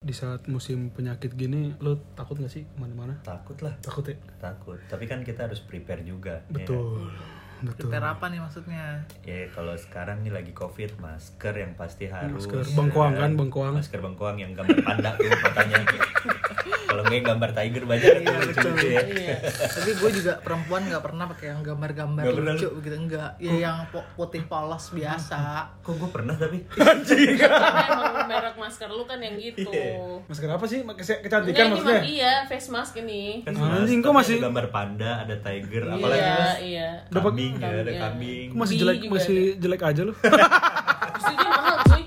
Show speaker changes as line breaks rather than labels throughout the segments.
di saat musim penyakit gini lu takut gak sih kemana-mana
takut lah
takut ya
takut tapi kan kita harus prepare juga ya
betul betul
Prepare apa nih maksudnya?
Ya kalau sekarang nih lagi covid masker yang pasti harus.
Masker bengkoang kan, bengkoang.
Masker bengkoang yang gambar panda tuh matanya. kalau nggak yang gambar tiger banyak tuh lucu gitu ya.
Iya. Tapi gue juga perempuan nggak pernah pakai yang gambar-gambar
Nggak pernah
lucu gitu enggak. Ya yang po- putih polos biasa.
Kok gue pernah tapi
Karena emang merek masker lu kan yang gitu.
masker apa sih pakai se- kecantikan
Enggak, ini
Iya. kan maksudnya
mah- iya, face mask ini.
kan
Anjing,
masker
kok
ada
masih-
gambar panda ada tiger apalagi
Iya,
mas
iya.
Dapat-
kambing ya ada
Iya.
kambing.
Kok masih
Bi
jelek
juga
masih jelek aja lu
Justru dia mahal cuy.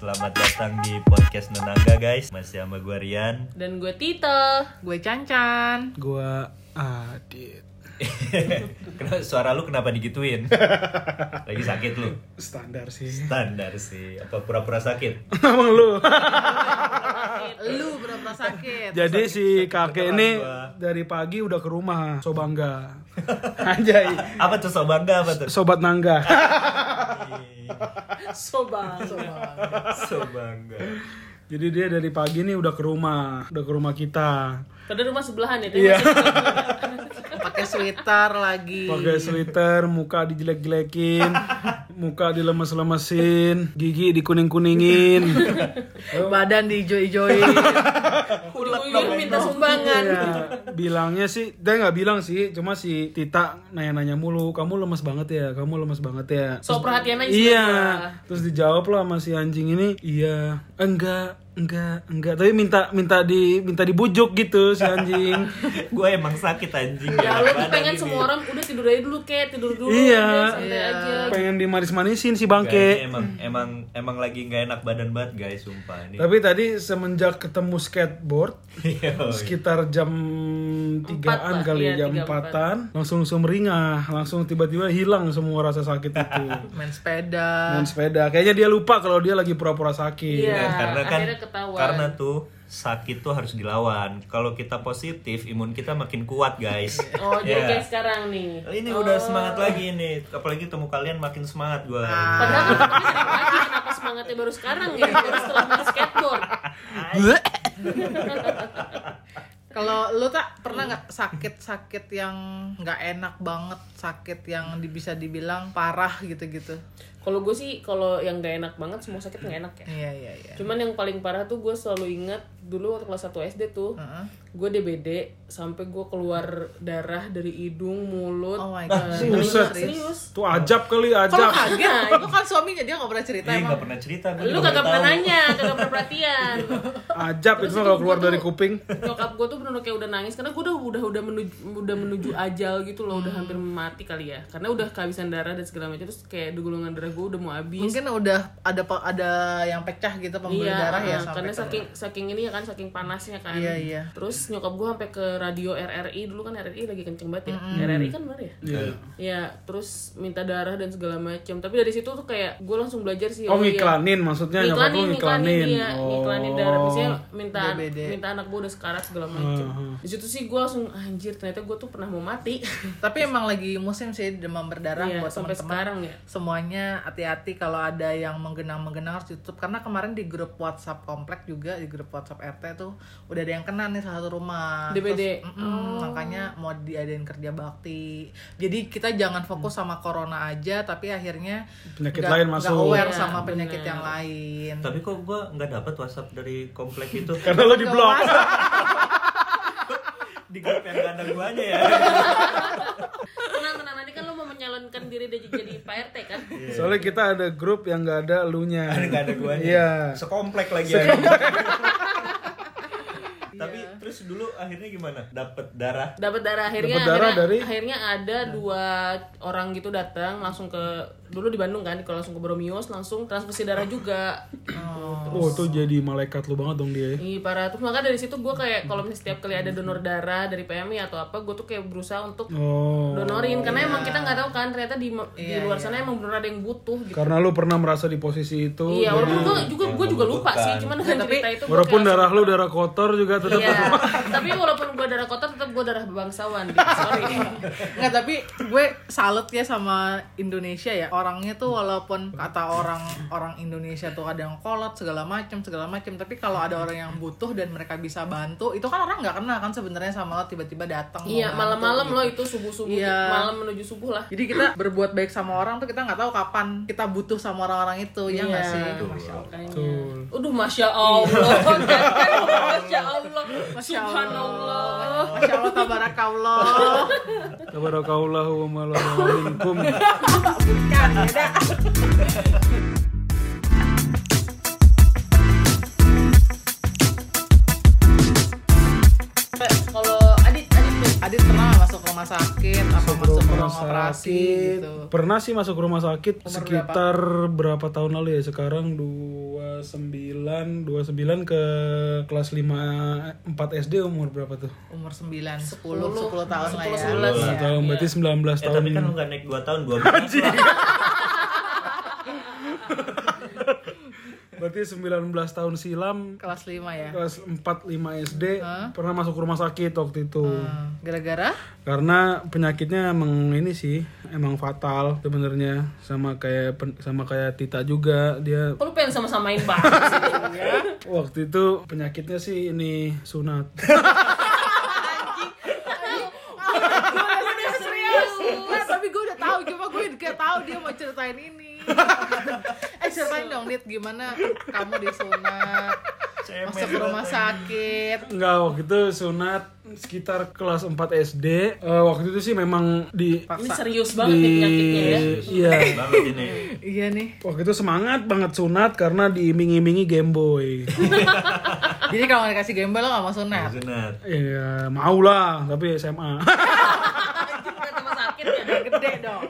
Selamat datang di podcast Nenaga guys. Masih sama gue Rian.
Dan gue Tito.
Gue cancan.
gua adit
Kenapa suara lu kenapa digituin? Lagi sakit lu.
standar sih
Standar sih. Apa pura-pura sakit?
emang lu
Lu berapa sakit?
jadi si kakek
kebetulan
ini
gua-
dari pagi udah ke rumah so bangga anjay
apa tuh so bangga apa tuh
sobat nangga
Sobang.
so bangga
jadi dia dari pagi nih udah ke rumah udah ke rumah kita
Padahal rumah sebelahan ya. tapi
Iya.
masih-
Pakai sweater lagi.
pakai sweater muka dijelek-jelekin muka dilemes-lemesin gigi dikuning-kuningin
Badan diijo-ijoin.
Uyun minta sumbangan.
Iya, bilangnya sih dia nggak bilang sih cuma si Tita nanya-nanya mulu kamu lemes banget ya kamu lemes banget ya
So perhatian aja.
iya
sama
terus dijawab lah sama si anjing ini iya enggak enggak enggak tapi minta minta di minta dibujuk gitu si anjing
gue emang sakit anjing
gua. Ya lu tuh
Badan
pengen
ini.
semua orang udah tidur aja dulu kek, tidur dulu.
Iya.
udah, santai aja.
pengen dimanis-manisin si
Enggak,
bangke
ini emang emang emang lagi nggak enak badan banget guys sumpah ini Iya,
Tapi tadi semenjak ketemu skateboard sekitar jam tigaan
lah,
kali ya,
iya,
jam
tiga,
empatan langsung langsung meringah langsung tiba-tiba hilang semua rasa sakit itu
Main sepeda.
dan sepeda kayaknya dia lupa kalau dia lagi pura-pura sakit
Iya.
Nah, karena kan
akhirnya ketahuan.
karena tuh sakit tuh harus dilawan kalau kita positif imun kita makin kuat guys
Oh,
Iya.
jadi
Ya.
kayak sekarang nih.
ini udah semangat lagi ini apalagi temu kalian makin semangat gue
Padahal kan tapi sering lagi kenapa semangatnya baru sekarang ya? Baru setelah main skateboard.
Kalau lu tak pernah nggak sakit-sakit yang nggak enak banget, sakit yang di- bisa dibilang parah gitu-gitu?
Kalau gue sih kalau yang gak enak banget semua sakit gak enak ya.
Iya iya iya.
Cuman yang paling parah tuh gue selalu ingat dulu waktu kelas 1 SD tuh
Heeh.
gue DBD sampai gue keluar darah dari hidung, mulut.
Oh my
Ah,
god.
buset.
Serius?
tuh ajab kali
Kalau
ajab
kaget, itu kan suaminya dia nggak pernah cerita
Ih,
emang.
nggak pernah cerita gua
Lu
juga
kagak
baru
pernah
tahu.
nanya, kagak pernah perhatian.
ajab itu mah kalau keluar dari kuping
Nyokap gue tuh bener kayak udah nangis karena gue udah udah udah menuju udah menuju ajal gitu loh, udah hampir mati kali ya. Karena udah kehabisan darah dan segala macam terus kayak di golongan darah gue udah mau habis.
Mungkin udah ada pe- ada yang pecah gitu pembuluh
Iya.
darah ya sampai
ah, karena
ke-
saking saking ini ya kan saking panasnya kan.
Iya, iya.
Terus nyokap gue sampai ke radio RRI dulu kan RRI lagi kenceng banget ya. RRI kan bener ya?
Iya.
Ya, terus minta darah dan segala macam. Tapi dari situ tuh kayak gue langsung belajar sih.
oh
iya.
ngiklanin maksudnya nyokap Oh. lu
Ngiklanin, ngiklanin, iya. Ngiklanin darah. Misalnya minta,
DBD.
minta anak gue udah sekarat segala macam.
Uh-huh.
Di situ sih gue langsung anjir ternyata gue tuh pernah mau mati.
Tapi emang lagi musim sih demam berdarah
Iya,
buat
sampai
teman-teman.
sekarang ya.
Semuanya hati-hati kalau ada yang menggenang-menggenang harus ditutup karena kemarin di grup WhatsApp komplek juga di grup WhatsApp RT tuh udah ada yang kena nih salah satu rumah.
DBD.
Terus, mm-mm,
Oh.
makanya mau diadain kerja bakti. Jadi kita jangan fokus sama corona aja tapi akhirnya
Penyakit
nggak-
lain
nggak
masuk.
aware
Iya,
sama penyakit yang lain.
tapi kok gue nggak dapat WhatsApp dari komplek itu
karena lo di blok
di grup yang gak ada guanya ya
tenang tenang nanti kan lo mau menyalonkan diri jadi jadi Pak RT kan?
soalnya kita ada grup yang nggak ada lunya
Ada nggak ada guanya?
Iya.
Sekomplek lagi ya. Tapi terus dulu akhirnya gimana? Dapat darah. Eh,
dapat darah akhirnya
Dapet darah
akhirnya,
dari-
akhirnya ada dua orang gitu datang langsung ke dulu di Bandung kan kalau langsung ke Bromius langsung transfusi darah juga
oh tuh jadi malaikat lu banget dong dia ya.
Ih, parah terus maka dari situ gue kayak kalau misalnya setiap kali ada donor darah dari PMI atau apa gue tuh kayak berusaha untuk
oh
donorin karena emang kita nggak tahu kan ternyata di di luar sana emang benar ada yang butuh gitu
Iya, karena lu pernah merasa di posisi itu
iya walaupun gue juga gue juga lupa sih cuman
Tapi-
dengan cerita itu gua
Ya, Walaupun
kayak-
darah lu darah kotor juga tetap
Iya, tapi walaupun gue darah kotor tetap gue darah bangsawan Dik. sorry
Nggak, tapi gue salut ya sama Indonesia ya. Orangnya tuh walaupun kata orang orang Indonesia tuh ada yang kolot segala macem segala macem, tapi kalau ada orang yang butuh dan mereka bisa bantu, itu kan orang nggak kenal kan sebenarnya sama lo tiba-tiba datang. mau
iya
bantu
malam-malam
gitu.
lo itu subuh subuh
Iya.
malam menuju subuh lah
Jadi kita berbuat baik sama orang tuh kita nggak tahu kapan kita butuh sama orang-orang itu, ya nggak
Iya.
sih? Masya Allah.
Betul. Aduh, masya Allah. Kan, kan, masya Allah.
Iya. Masya
Subhanallah.
Masya Allah, tabarakallah.
Tabarakallahu wa malakum.
Bukan, beda.
Kalau Adit, Adit tuh.
Adit pernah nggak masuk rumah sakit, apa masuk
Rumah
ruang operasi
sakit.
gitu?
Pernah sih masuk rumah sakit
Umur
sekitar berapa? tahun lalu ya? Sekarang 29, 29 ke kelas 5 4 SD umur berapa tuh?
umur 9, 10, 10, tahun lah ya.
10, 11.
Nggak
Iya.
tahu, berarti 19
Eh,
tahun.
tapi kan lu gak naik 2 tahun, 12 lah.
Berarti 19 tahun silam
Kelas 5 ya.
kelas 4 5 SD pernah masuk rumah sakit waktu itu.
Hmm, Gara-gara
karena penyakitnya emang ini sih emang fatal sebenarnya sama kayak pen- sama kayak Tita juga dia
Kok lu pengen sama-samain banget sih?
Iya.
waktu itu penyakitnya sih ini sunat
gue udah serius. Nah, tapi gue udah tahu cuma gue gak tahu dia mau ceritain ini. eh ceritain dong Nit gimana kamu disunat masuk rumah sakit.
Enggak, waktu itu sunat sekitar kelas 4 SD Eh, waktu itu sih memang di
Ini serius banget nih penyakitnya ya.
iya
Eh, Banget ini.
Iya nih.
waktu itu semangat banget sunat karena diiming-imingi Game Boy
Jadi kalau nggak dikasih gembel lo nggak mau sunat.
Sunat.
Iya, mau lah tapi SMA
Anjing, kata sama sakit ya.
Gede dong.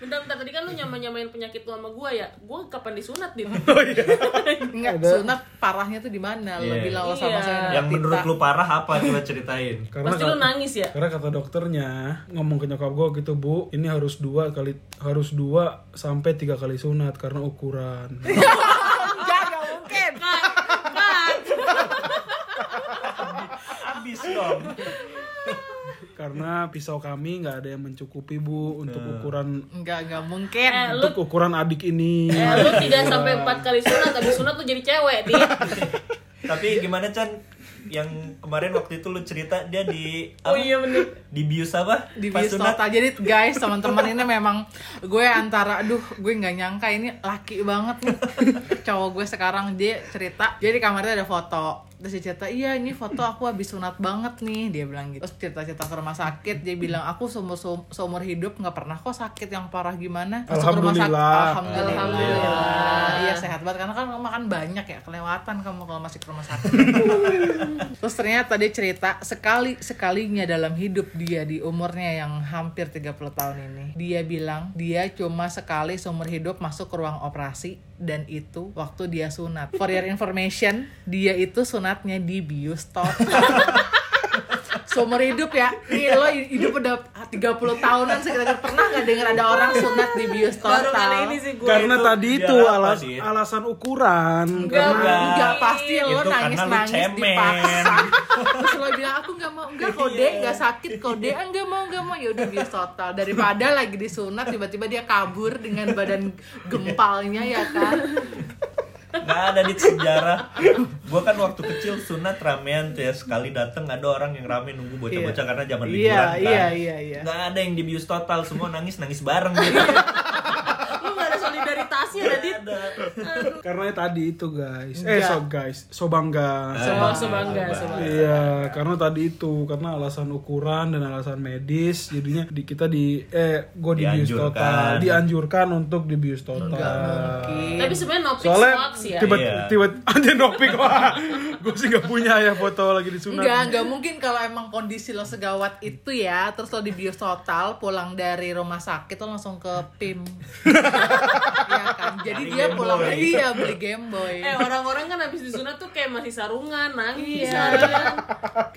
Bentar-bentar tadi kan lu nyamain-nyamain penyakit lu sama gua ya. Gua kapan disunat, Dit?
Enggak, sunat parahnya tuh di mana? Lo
Iya.
bilang lo
Iya.
sama saya
Yang menurut lu parah apa coba ceritain?
karena
Pasti lu nangis ya?
Karena kata dokternya ngomong ke nyokap gue gitu bu, ini harus dua kali harus dua sampai tiga kali sunat karena ukuran.
Enggak, nggak mungkin.
Kan, kan.
Abis dong.
karena pisau kami nggak ada yang mencukupi bu untuk ukuran
Enggak, nggak mungkin.
Eh, lu
untuk ukuran adik ini.
eh, lu tidak sampai empat kali sunat, habis sunat lu jadi cewek, Dit.
Tapi gimana Chan? Yang kemarin waktu itu lu cerita dia di
Oh iya bener.
di bius apa?
di
Pas
bius
sunat.
total jadi guys teman-teman ini memang gue antara aduh gue nggak nyangka ini laki banget nih cowok gue sekarang dia cerita jadi di kamarnya ada foto terus dia cerita iya ini foto aku habis sunat banget nih dia bilang gitu terus cerita-cerita ke rumah sakit dia bilang aku seumur seumur hidup nggak pernah kok sakit yang parah gimana Masuk rumah sakit
Alhamdulillah.
alhamdulillah,
Alhamdulillah.
iya sehat banget karena kan kamu makan banyak ya kelewatan kamu kalau masih ke rumah sakit Terus ternyata dia cerita sekali sekalinya dalam hidup dia di umurnya yang hampir 30 tahun ini. Dia bilang dia cuma sekali seumur hidup masuk ke ruang operasi dan itu waktu dia sunat. For your information, dia itu sunatnya di bius total. Seumur hidup ya, nih lo hidup udah 30 tahunan sekitar pernah nggak denger ada orang sunat di bius total?
Baru kali ini sih gua.
karena
itu
tadi
biar
itu
apa,
alas-
Dit?
alasan ukuran.
Enggak,
Karena
Enggak.
Enggak pasti lo
Itu karena
nangis
lu
nangis
cemen.
dipaksa. Terus lo bilang aku nggak mau enggak kode
Iya.
nggak sakit kode ah, nggak mau nggak mau ya udah bius total daripada lagi disunat tiba-tiba dia kabur dengan badan gempalnya ya kan.
Nggak ada di sejarah. Gua kan waktu kecil sunat ramean tuh ya sekali dateng ada orang yang rame nunggu bocah-bocah karena zaman
Iya,
liburan kan.
iya, iya, iya.
Nggak ada yang di bius total, semua nangis nangis bareng gitu.
Lu gak ada solidaritasnya, ya, Dit.
ada.
karena tadi itu guys. Eh so guys, so bangga.
Eh.
Semua sebangga, sebangga.
Iya, karena tadi itu karena alasan ukuran dan alasan medis, jadinya di, kita di eh gue dibius
Dianjurkan.
total, dianjurkan untuk dibius total.
Tapi sebenarnya no pics
Soalnya
hoax ya.
tiba
Iya.
tiba anjir nopik wah. Gue sih nggak punya ya foto lagi di sunat.
Enggak, enggak mungkin kalau emang kondisi lo segawat itu ya, terus lo di bius total, pulang dari rumah sakit lo langsung ke PIM. Iya kan? Jadi dia pulang
Boy.
iya beli Game Boy.
Eh orang-orang kan habis disunat tuh kayak masih sarungan, nangis.
Iya.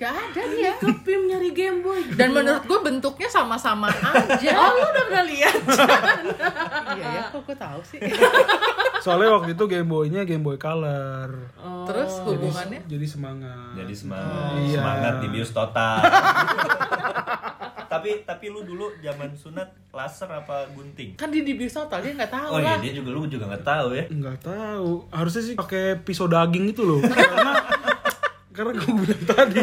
Gak ada dia.
Kepim nyari Game Boy.
Dan menurut gue bentuknya sama-sama aja.
Oh lu udah pernah lihat?
iya ya, kok gue tahu sih.
Soalnya waktu itu Game Boy-nya Game Boy Color.
Oh,
Terus
ya?
hubungannya
Jadi semangat.
Jadi semangat,
Oh,
Iya.
semangat di bius total. tapi tapi lu dulu zaman sunat laser apa gunting?
kan di dibius total dia nggak
Oh
tahu
iya
lah.
dia juga lu juga nggak tahu ya.
nggak tahu. Harusnya sih pakai pisau daging itu loh. karena karena gue bilang tadi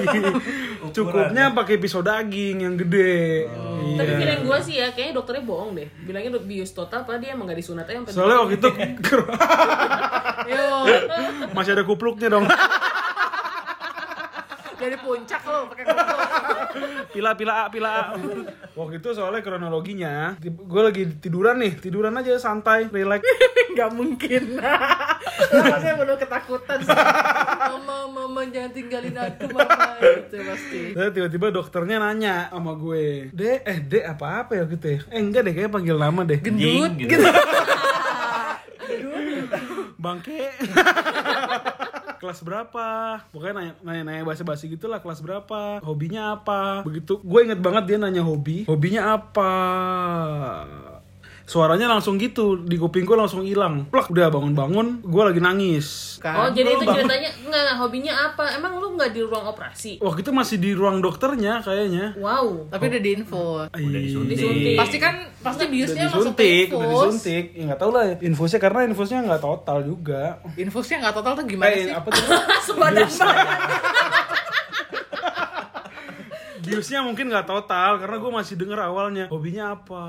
cukupnya pakai pisau daging yang gede. Iya.
Tapi feeling gue sih ya, kayaknya dokternya bohong deh. Bilangnya udah bius total, padahal dia emang gak disunat aja. sampai
Soalnya
dia-
waktu itu
Yo,
masih ada kupluknya dong.
dari puncak lo pakai kumpul.
pila pila A, pila A. waktu itu soalnya kronologinya gue lagi tiduran nih tiduran aja santai relax
Nggak mungkin. Rasanya penuh ketakutan. sih. Mama, mama jangan tinggalin aku mama gitu pasti.
Terus tiba-tiba dokternya nanya sama gue Dek, eh dek apa apa ya gitu ya Eh enggak deh kayaknya panggil nama deh
Gendut
Jing,
gitu.
Bangke Kelas berapa? Pokoknya nanya- nanya-nanya basa-basi gitu lah Kelas berapa? Hobinya apa? Begitu Gue inget banget dia nanya hobi Hobinya apa? Suaranya langsung gitu Di kuping gue langsung hilang Plak udah bangun-bangun Gue lagi nangis
Oh
Kan.
jadi itu ceritanya, enggak, enggak, hobinya apa? Emang lu gak di ruang operasi?
Waktu itu masih di ruang dokternya kayaknya
Wow.
Tapi udah diinfo.
Udah disuntik.
Disuntik.
Pasti kan pasti
Udah
biusnya masuk ke
disuntik, udah
infus.
disuntik. Ya nggak tahu lah infusnya karena infusnya nggak total juga.
Infusnya nggak total tuh gimana
Eh,
sih?
apa tuh?
Sebadan banget.
Biusnya mungkin nggak total karena gue masih denger awalnya hobinya apa.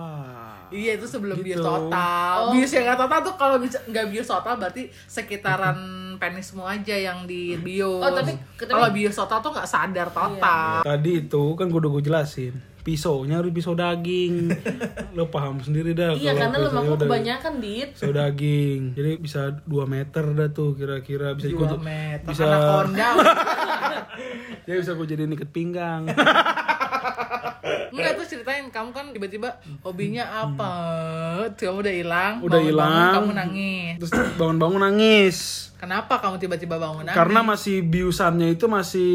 Iya itu sebelum
Gitu.
bius total.
Oh.
Bius yang nggak total tuh kalau bisa nggak bius total berarti sekitaran penis semua aja yang di bius.
Oh, tapi- Iya. tapi-
kalau bius total tuh nggak sadar total.
Tadi itu kan gue udah gue jelasin pisaunya harus pisau daging. Lo paham sendiri dah.
Iya
kalau
karena
pisaunya
lemak lu
udah-
kebanyakan, Dit.
Pisau daging. Jadi bisa 2 meter dah tuh kira-kira bisa
Dua
ikut.
meter
bisa-
anak konda.
Ya bisa gue jadi ikat pinggang.
Enggak tuh ceritain kamu kan tiba-tiba hobinya apa? Tuh kamu udah hilang.
Hmm. Udah
bangun-bangun
hilang.
Kamu nangis.
Terus bangun-bangun nangis.
Kenapa kamu tiba-tiba bangun nangis?
Karena masih biusannya itu masih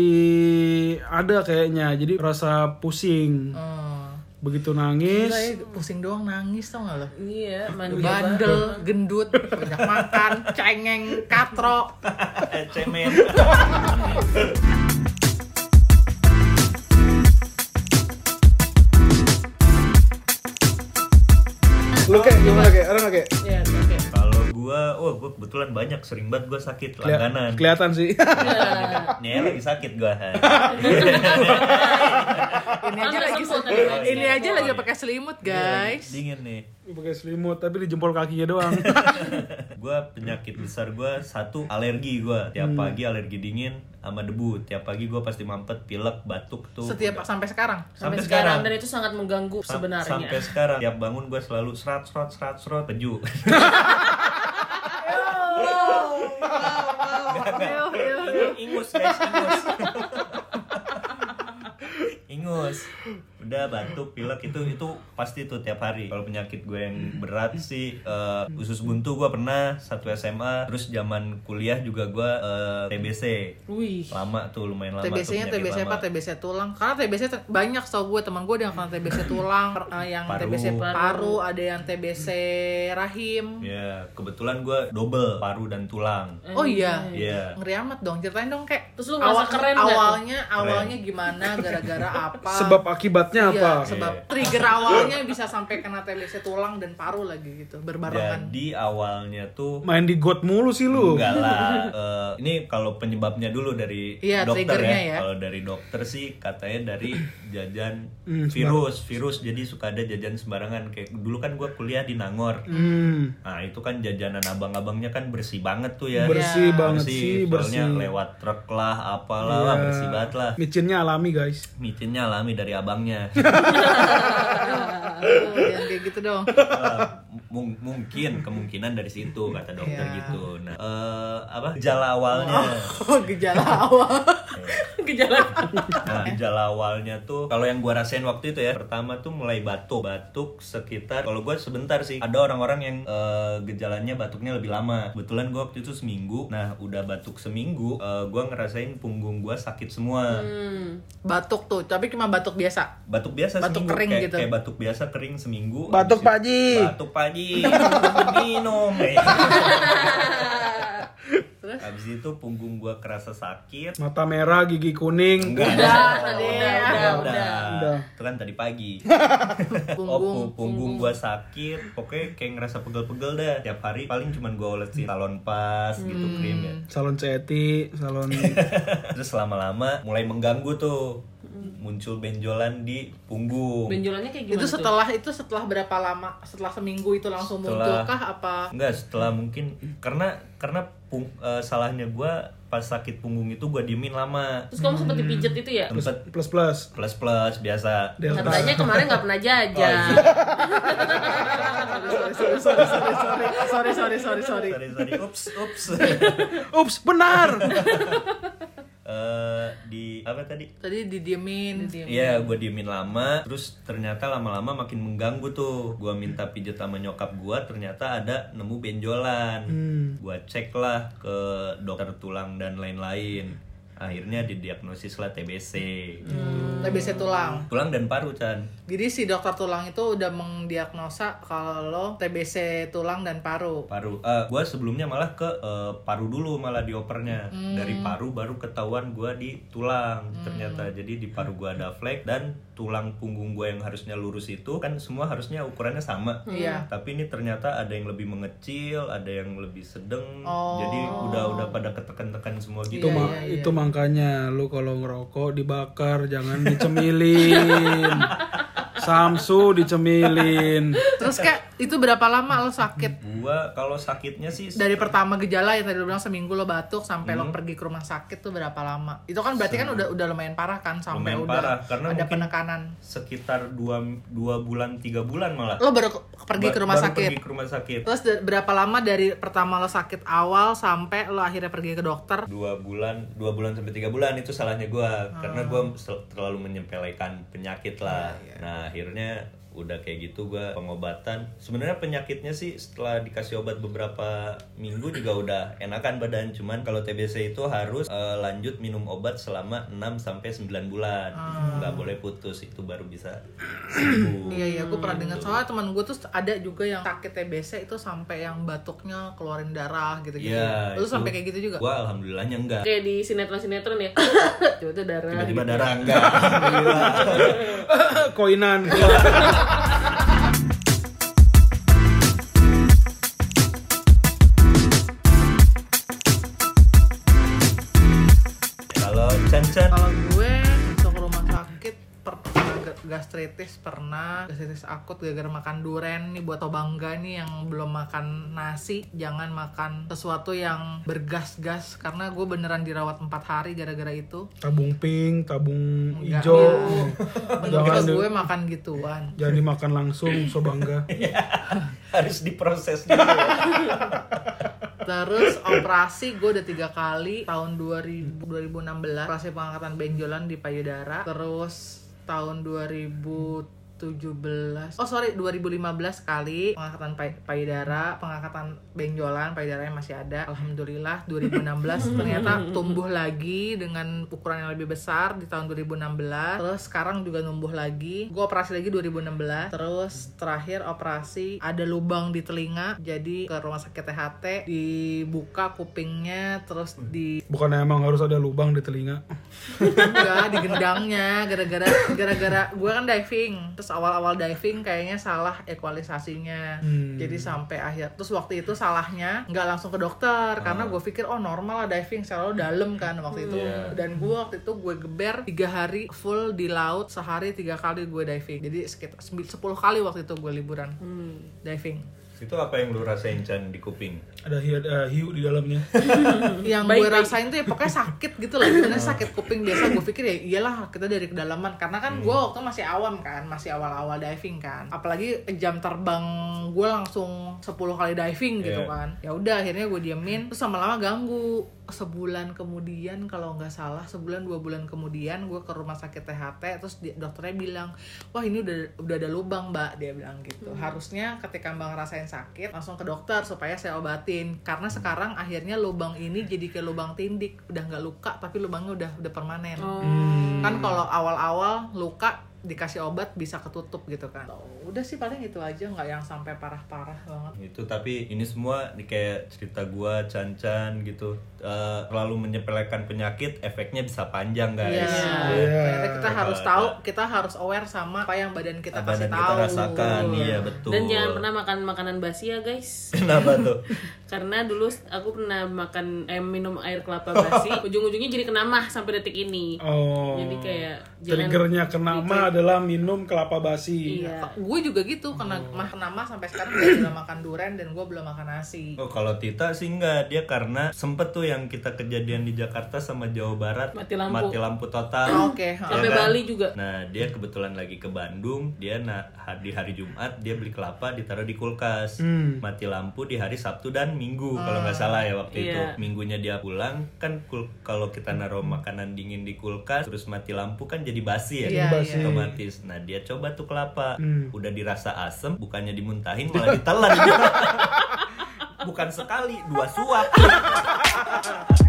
ada kayaknya, jadi rasa pusing.
Hmm.
Begitu
Gila ya,
nangis,
pusing doang nangis tau gak lo?
Iya, mandi
Bandel, gendut, banyak makan, cengeng, katrok.
Eh, Cemen.
lu kayak gimana kayak, orang kayak
Iya, oke.
Kalau gua, oh gua kebetulan banyak sering banget gua sakit langganan.
kelihatan sih.
Nih lagi sakit gua.
ini aja
Kan
lagi
semput
se-
tadi,
Bang.
ini aja lagi
Semput.
pakai selimut guys
Iya, Dingin nih.
Pakai selimut tapi di jempol kakinya doang.
gua penyakit besar gua satu alergi gua tiap
Hmm.
pagi alergi dingin sama debu tiap pagi gua pasti mampet pilek batuk tuh
setiap
Udah.
sampai sekarang
sampai,
Sampai
sekarang
sekarang dan itu sangat mengganggu
Sam-
sebenarnya.
sampai sekarang tiap bangun gua selalu serat serat serat serat peju Nggak, nggak. ingus guys ingus ingus udah batuk pilek itu itu pasti tuh tiap hari kalau penyakit gue yang berat sih eh, usus buntu gue pernah satu SMA terus zaman kuliah juga gue eh, TBC
Wih.
lama tuh lumayan lama tuh
TBC nya
penyakit
TBC apa
lama.
TBC tulang karena TBC te- banyak tau gue teman gue ada yang kena TBC tulang per- eh, yang
Paru.
TBC paru ada yang TBC rahim
Ya, kebetulan gue double paru dan tulang.
oh iya
Iya.
ngeri amat dong ceritain dong kayak
Terus lu ngerasa keren nggak tuh?
awalnya awalnya gimana gara-gara apa
Sebab akibatnya
Iya,
apa?
sebab trigger awalnya bisa sampai kena TBC tulang dan paru lagi gitu berbarengan
Jadi awalnya tuh
Main di got mulu sih lu.
enggak lah. Eh, ini kalau penyebabnya dulu dari
Iya,
dokter
triggernya
ya.
ya.
Kalau dari dokter sih katanya dari jajan
Hmm,
virus, virus jadi suka ada jajan sembarangan kayak dulu kan gue kuliah di Nangor.
Hmm,
Nah, itu kan jajanan abang-abangnya kan bersih banget tuh ya.
bersih banget sih,
bersih,
bersih. Iya.
soalnya lewat truk lah, apalah, lah, bersih banget lah.
Micinnya alami guys.
Micinnya alami dari abangnya.
Oh, jangan kayak gitu dong
Eh, mung- mungkin kemungkinan dari situ kata dokter
Iya.
gitu. Nah, eh, apa gejala awalnya?
oh, gejala awal
gejala
Nah, gejala awalnya tuh kalau yang gua rasain waktu itu ya, pertama tuh mulai batuk. Batuk sekitar kalau gua sebentar sih. Ada orang-orang yang eh, gejalanya batuknya lebih lama. Kebetulan gua waktu itu seminggu. Nah, udah batuk seminggu, eh, gua ngerasain punggung gua sakit semua.
Batuk tuh, tapi cuma batuk biasa.
Batuk biasa
Batuk
seminggu
kering
kayak,
gitu.
kayak batuk biasa kering seminggu.
Batuk, Pak
Habis
Ji.
itu- Batuk Pak Ji. Minum. gitu. Habis itu punggung gua kerasa sakit.
Mata merah, gigi kuning.
Enggak. Oh,
Udah, tadi. Udah,
udah.
udah.
Itu kan tadi pagi. Oh,
Punggung.
pu- punggung gua sakit, pokoknya kayak ngerasa pegel-pegel dah. Tiap hari paling cuman gua olesin talon pas gitu krim ya.
Salon ceti, salon
Terus lama-lama mulai mengganggu tuh. Muncul benjolan di punggung.
benjolannya kayak gimana
itu
tuh?
setelah itu setelah berapa lama? Setelah seminggu itu langsung
Setelah-
munculkah apa?
Enggak, setelah mungkin karena karena pung- eh, salahnya gua pas sakit punggung itu gua diemin lama.
terus kamu sempat dipijet itu ya
Tempat
plus plus.
plus-plus biasa.
Delta.
katanya kemarin nggak pernah jajan
sorry sorry sorry sorry.
Sorry, sorry. Ups, ups.
Ups, benar.
Eh, di apa tadi?
Tadi didiemin,
Iya, gue diemin lama, terus ternyata lama-lama makin mengganggu tuh. Gua minta pijet sama nyokap gua, ternyata ada nemu benjolan.
Hmm.
Gua cek lah ke dokter tulang dan lain-lain. Akhirnya didiagnosis lah TBC.
Hmm. TBC tulang.
Tulang dan paru, Chan.
Jadi si dokter tulang itu udah mendiagnosa kalau TBC tulang dan paru.
Paru. Eh, gua sebelumnya malah ke eh, paru dulu malah diopernya.
Hmm.
Dari paru baru ketahuan gua di tulang. Ternyata jadi di paru gua ada flek dan tulang punggung gua yang harusnya lurus itu kan semua harusnya ukurannya sama.
Iya.
Tapi ini ternyata ada yang lebih mengecil, ada yang lebih sedang.
Oh. Iya,
Jadi udah udah pada ketekan-tekan semua
itu
gitu.
ma- itu makanya lu kalau ngerokok dibakar, jangan dicemilin. Samsu dicemilin.
Terus Kak, itu berapa lama lo sakit?
Gua kalau sakitnya sih
Dari pertama gejala yang tadi lo bilang seminggu lo batuk sampai
Hmm.
lo pergi ke rumah sakit tuh berapa lama? Itu kan berarti kan udah udah lumayan parah kan sampai
Lumayan
udah
parah, karena
ada
mungkin-
penekanan.
sekitar 2 dua bulan, tiga bulan malah.
Lo baru ke- pergi
Ba-
ke rumah
baru
sakit.
Pergi ke rumah sakit.
Terus da- berapa lama dari pertama lo sakit awal sampai lo akhirnya pergi ke dokter?
dua bulan dua bulan sampai tiga bulan itu salahnya gua karena gua
Ah.
sel- terlalu menyempelekan penyakit lah
Iya,
nah akhirnya udah kayak gitu gua pengobatan sebenarnya penyakitnya sih setelah dikasih obat beberapa minggu juga udah enakan badan cuman kalau TBC itu harus eh, lanjut minum obat selama 6 sampai 9 bulan nggak boleh putus itu baru bisa sembuh
Ah. Iya iya, gue pernah dengar soalnya teman gue tuh ada juga yang sakit TBC itu sampai yang batuknya keluarin darah gitu-gitu.
Iya, itu-
Lo gitu. sampai kayak gitu juga? Iya.
gua alhamdulillnya enggak
kayak di sinetron sinetron ya coba tuh darah
tiba-tiba darah enggak
Koinan.
Iya.
kalau Chan-Chan
Kalau gue masuk ke rumah sakit per- pernah ga- gastritis pernah gastritis akut gara-gara makan duren nih buat tobangga nih yang belum makan nasi jangan makan sesuatu yang bergas-gas karena gue beneran dirawat empat hari gara-gara itu
Tabung pink, tabung
Enggak.
hijau.
menurut
jangan di-
gue makan gituan
jangan dimakan langsung, so bangga.
harus diproses dulu
Terus operasi gue udah tiga kali tahun 2000, 2016 operasi pengangkatan benjolan di payudara. Terus tahun 2017 oh sorry 2015 kali pengangkatan pay- payudara pengangkatan benjolan payudaranya masih ada alhamdulillah 2016 ternyata tumbuh lagi dengan ukuran yang lebih besar di tahun 2016 terus sekarang juga numbuh lagi gue operasi lagi 2016 terus terakhir operasi ada lubang di telinga jadi ke rumah sakit THT dibuka kupingnya terus di
Bukan emang harus ada lubang di telinga.
enggak di gendangnya gara-gara gara-gara gue kan diving terus awal-awal diving kayaknya salah ekualisasinya jadi sampai akhir terus waktu itu salahnya nggak langsung ke dokter karena gue pikir oh normal lah diving selalu dalam kan waktu itu dan gue waktu itu gue geber tiga hari full di laut sehari tiga kali gue diving jadi sekitar sembi- 10 kali waktu itu gue liburan diving
Itu apa yang lu rasain Chan di kuping?
Ada hiu, eh, hiu di dalamnya.
yang gue rasain tuh ya pokoknya sakit gitu loh sebenarnya sakit kuping biasa gue pikir ya iyalah kita dari kedalaman karena kan gue waktu masih awam kan masih awal-awal diving kan apalagi jam terbang gue langsung 10 kali diving gitu
Iya.
kan ya udah akhirnya gue diemin terus sama lama ganggu sebulan kemudian kalau nggak salah sebulan dua bulan kemudian gue ke rumah sakit THT terus di- dokternya bilang wah ini udah udah ada lubang mbak dia bilang gitu harusnya ketika mbak ngerasain sakit langsung ke dokter supaya saya obatin karena sekarang akhirnya lubang ini jadi kayak lubang tindik udah nggak luka tapi lubangnya udah udah permanen
Oh. Hmm.
Hmm.
kan kalau awal-awal luka dikasih obat bisa ketutup gitu kan udah sih paling itu aja nggak yang sampai parah-parah banget
itu tapi ini semua nih kayak cerita gua cancan gitu Eh, terlalu menyepelekan penyakit efeknya bisa panjang guys
Iya.
Iya.
Akhirnya kita
Coba
harus
ada.
tahu, kita harus aware sama apa yang badan kita
apa
kasih
dan
tahu.
kita rasakan iya betul
Dan jangan pernah makan makanan basi ya guys.
kenapa tuh
Karena dulu aku pernah makan eh, minum air kelapa basi, ujung-ujungnya jadi kenamah sampai detik ini.
Oh.
Jadi kayak gitu. jangan-
triggernya kena mah adalah minum kelapa basi.
Iya.
Gue juga gitu, kena mah kena mah sampai sekarang gue belum makan durian dan gue belum makan nasi.
Oh, kalau Tita sih enggak, dia karena sempet tuh yang kita kejadian di Jakarta sama Jawa Barat
Mati lampu.
total.
Oke, ha.
Ya
Sampai
kan?
Bali juga.
Nah, dia kebetulan lagi ke Bandung, dia na ha- di hari Jumat dia beli kelapa ditaruh di kulkas.
Hmm.
Mati lampu di hari Sabtu dan Minggu kalau nggak salah ya waktu itu.
Ah, Iya.
Minggunya dia pulang kan kul- kalau kita naruh makanan dingin di kulkas terus mati lampu kan jadi basi ya.
Iya, Jadi basi.
Otomatis. Nah, dia coba tuh kelapa.
Hmm.
Udah dirasa asem, bukannya dimuntahin malah ditelan. Bukan sekali, dua suap.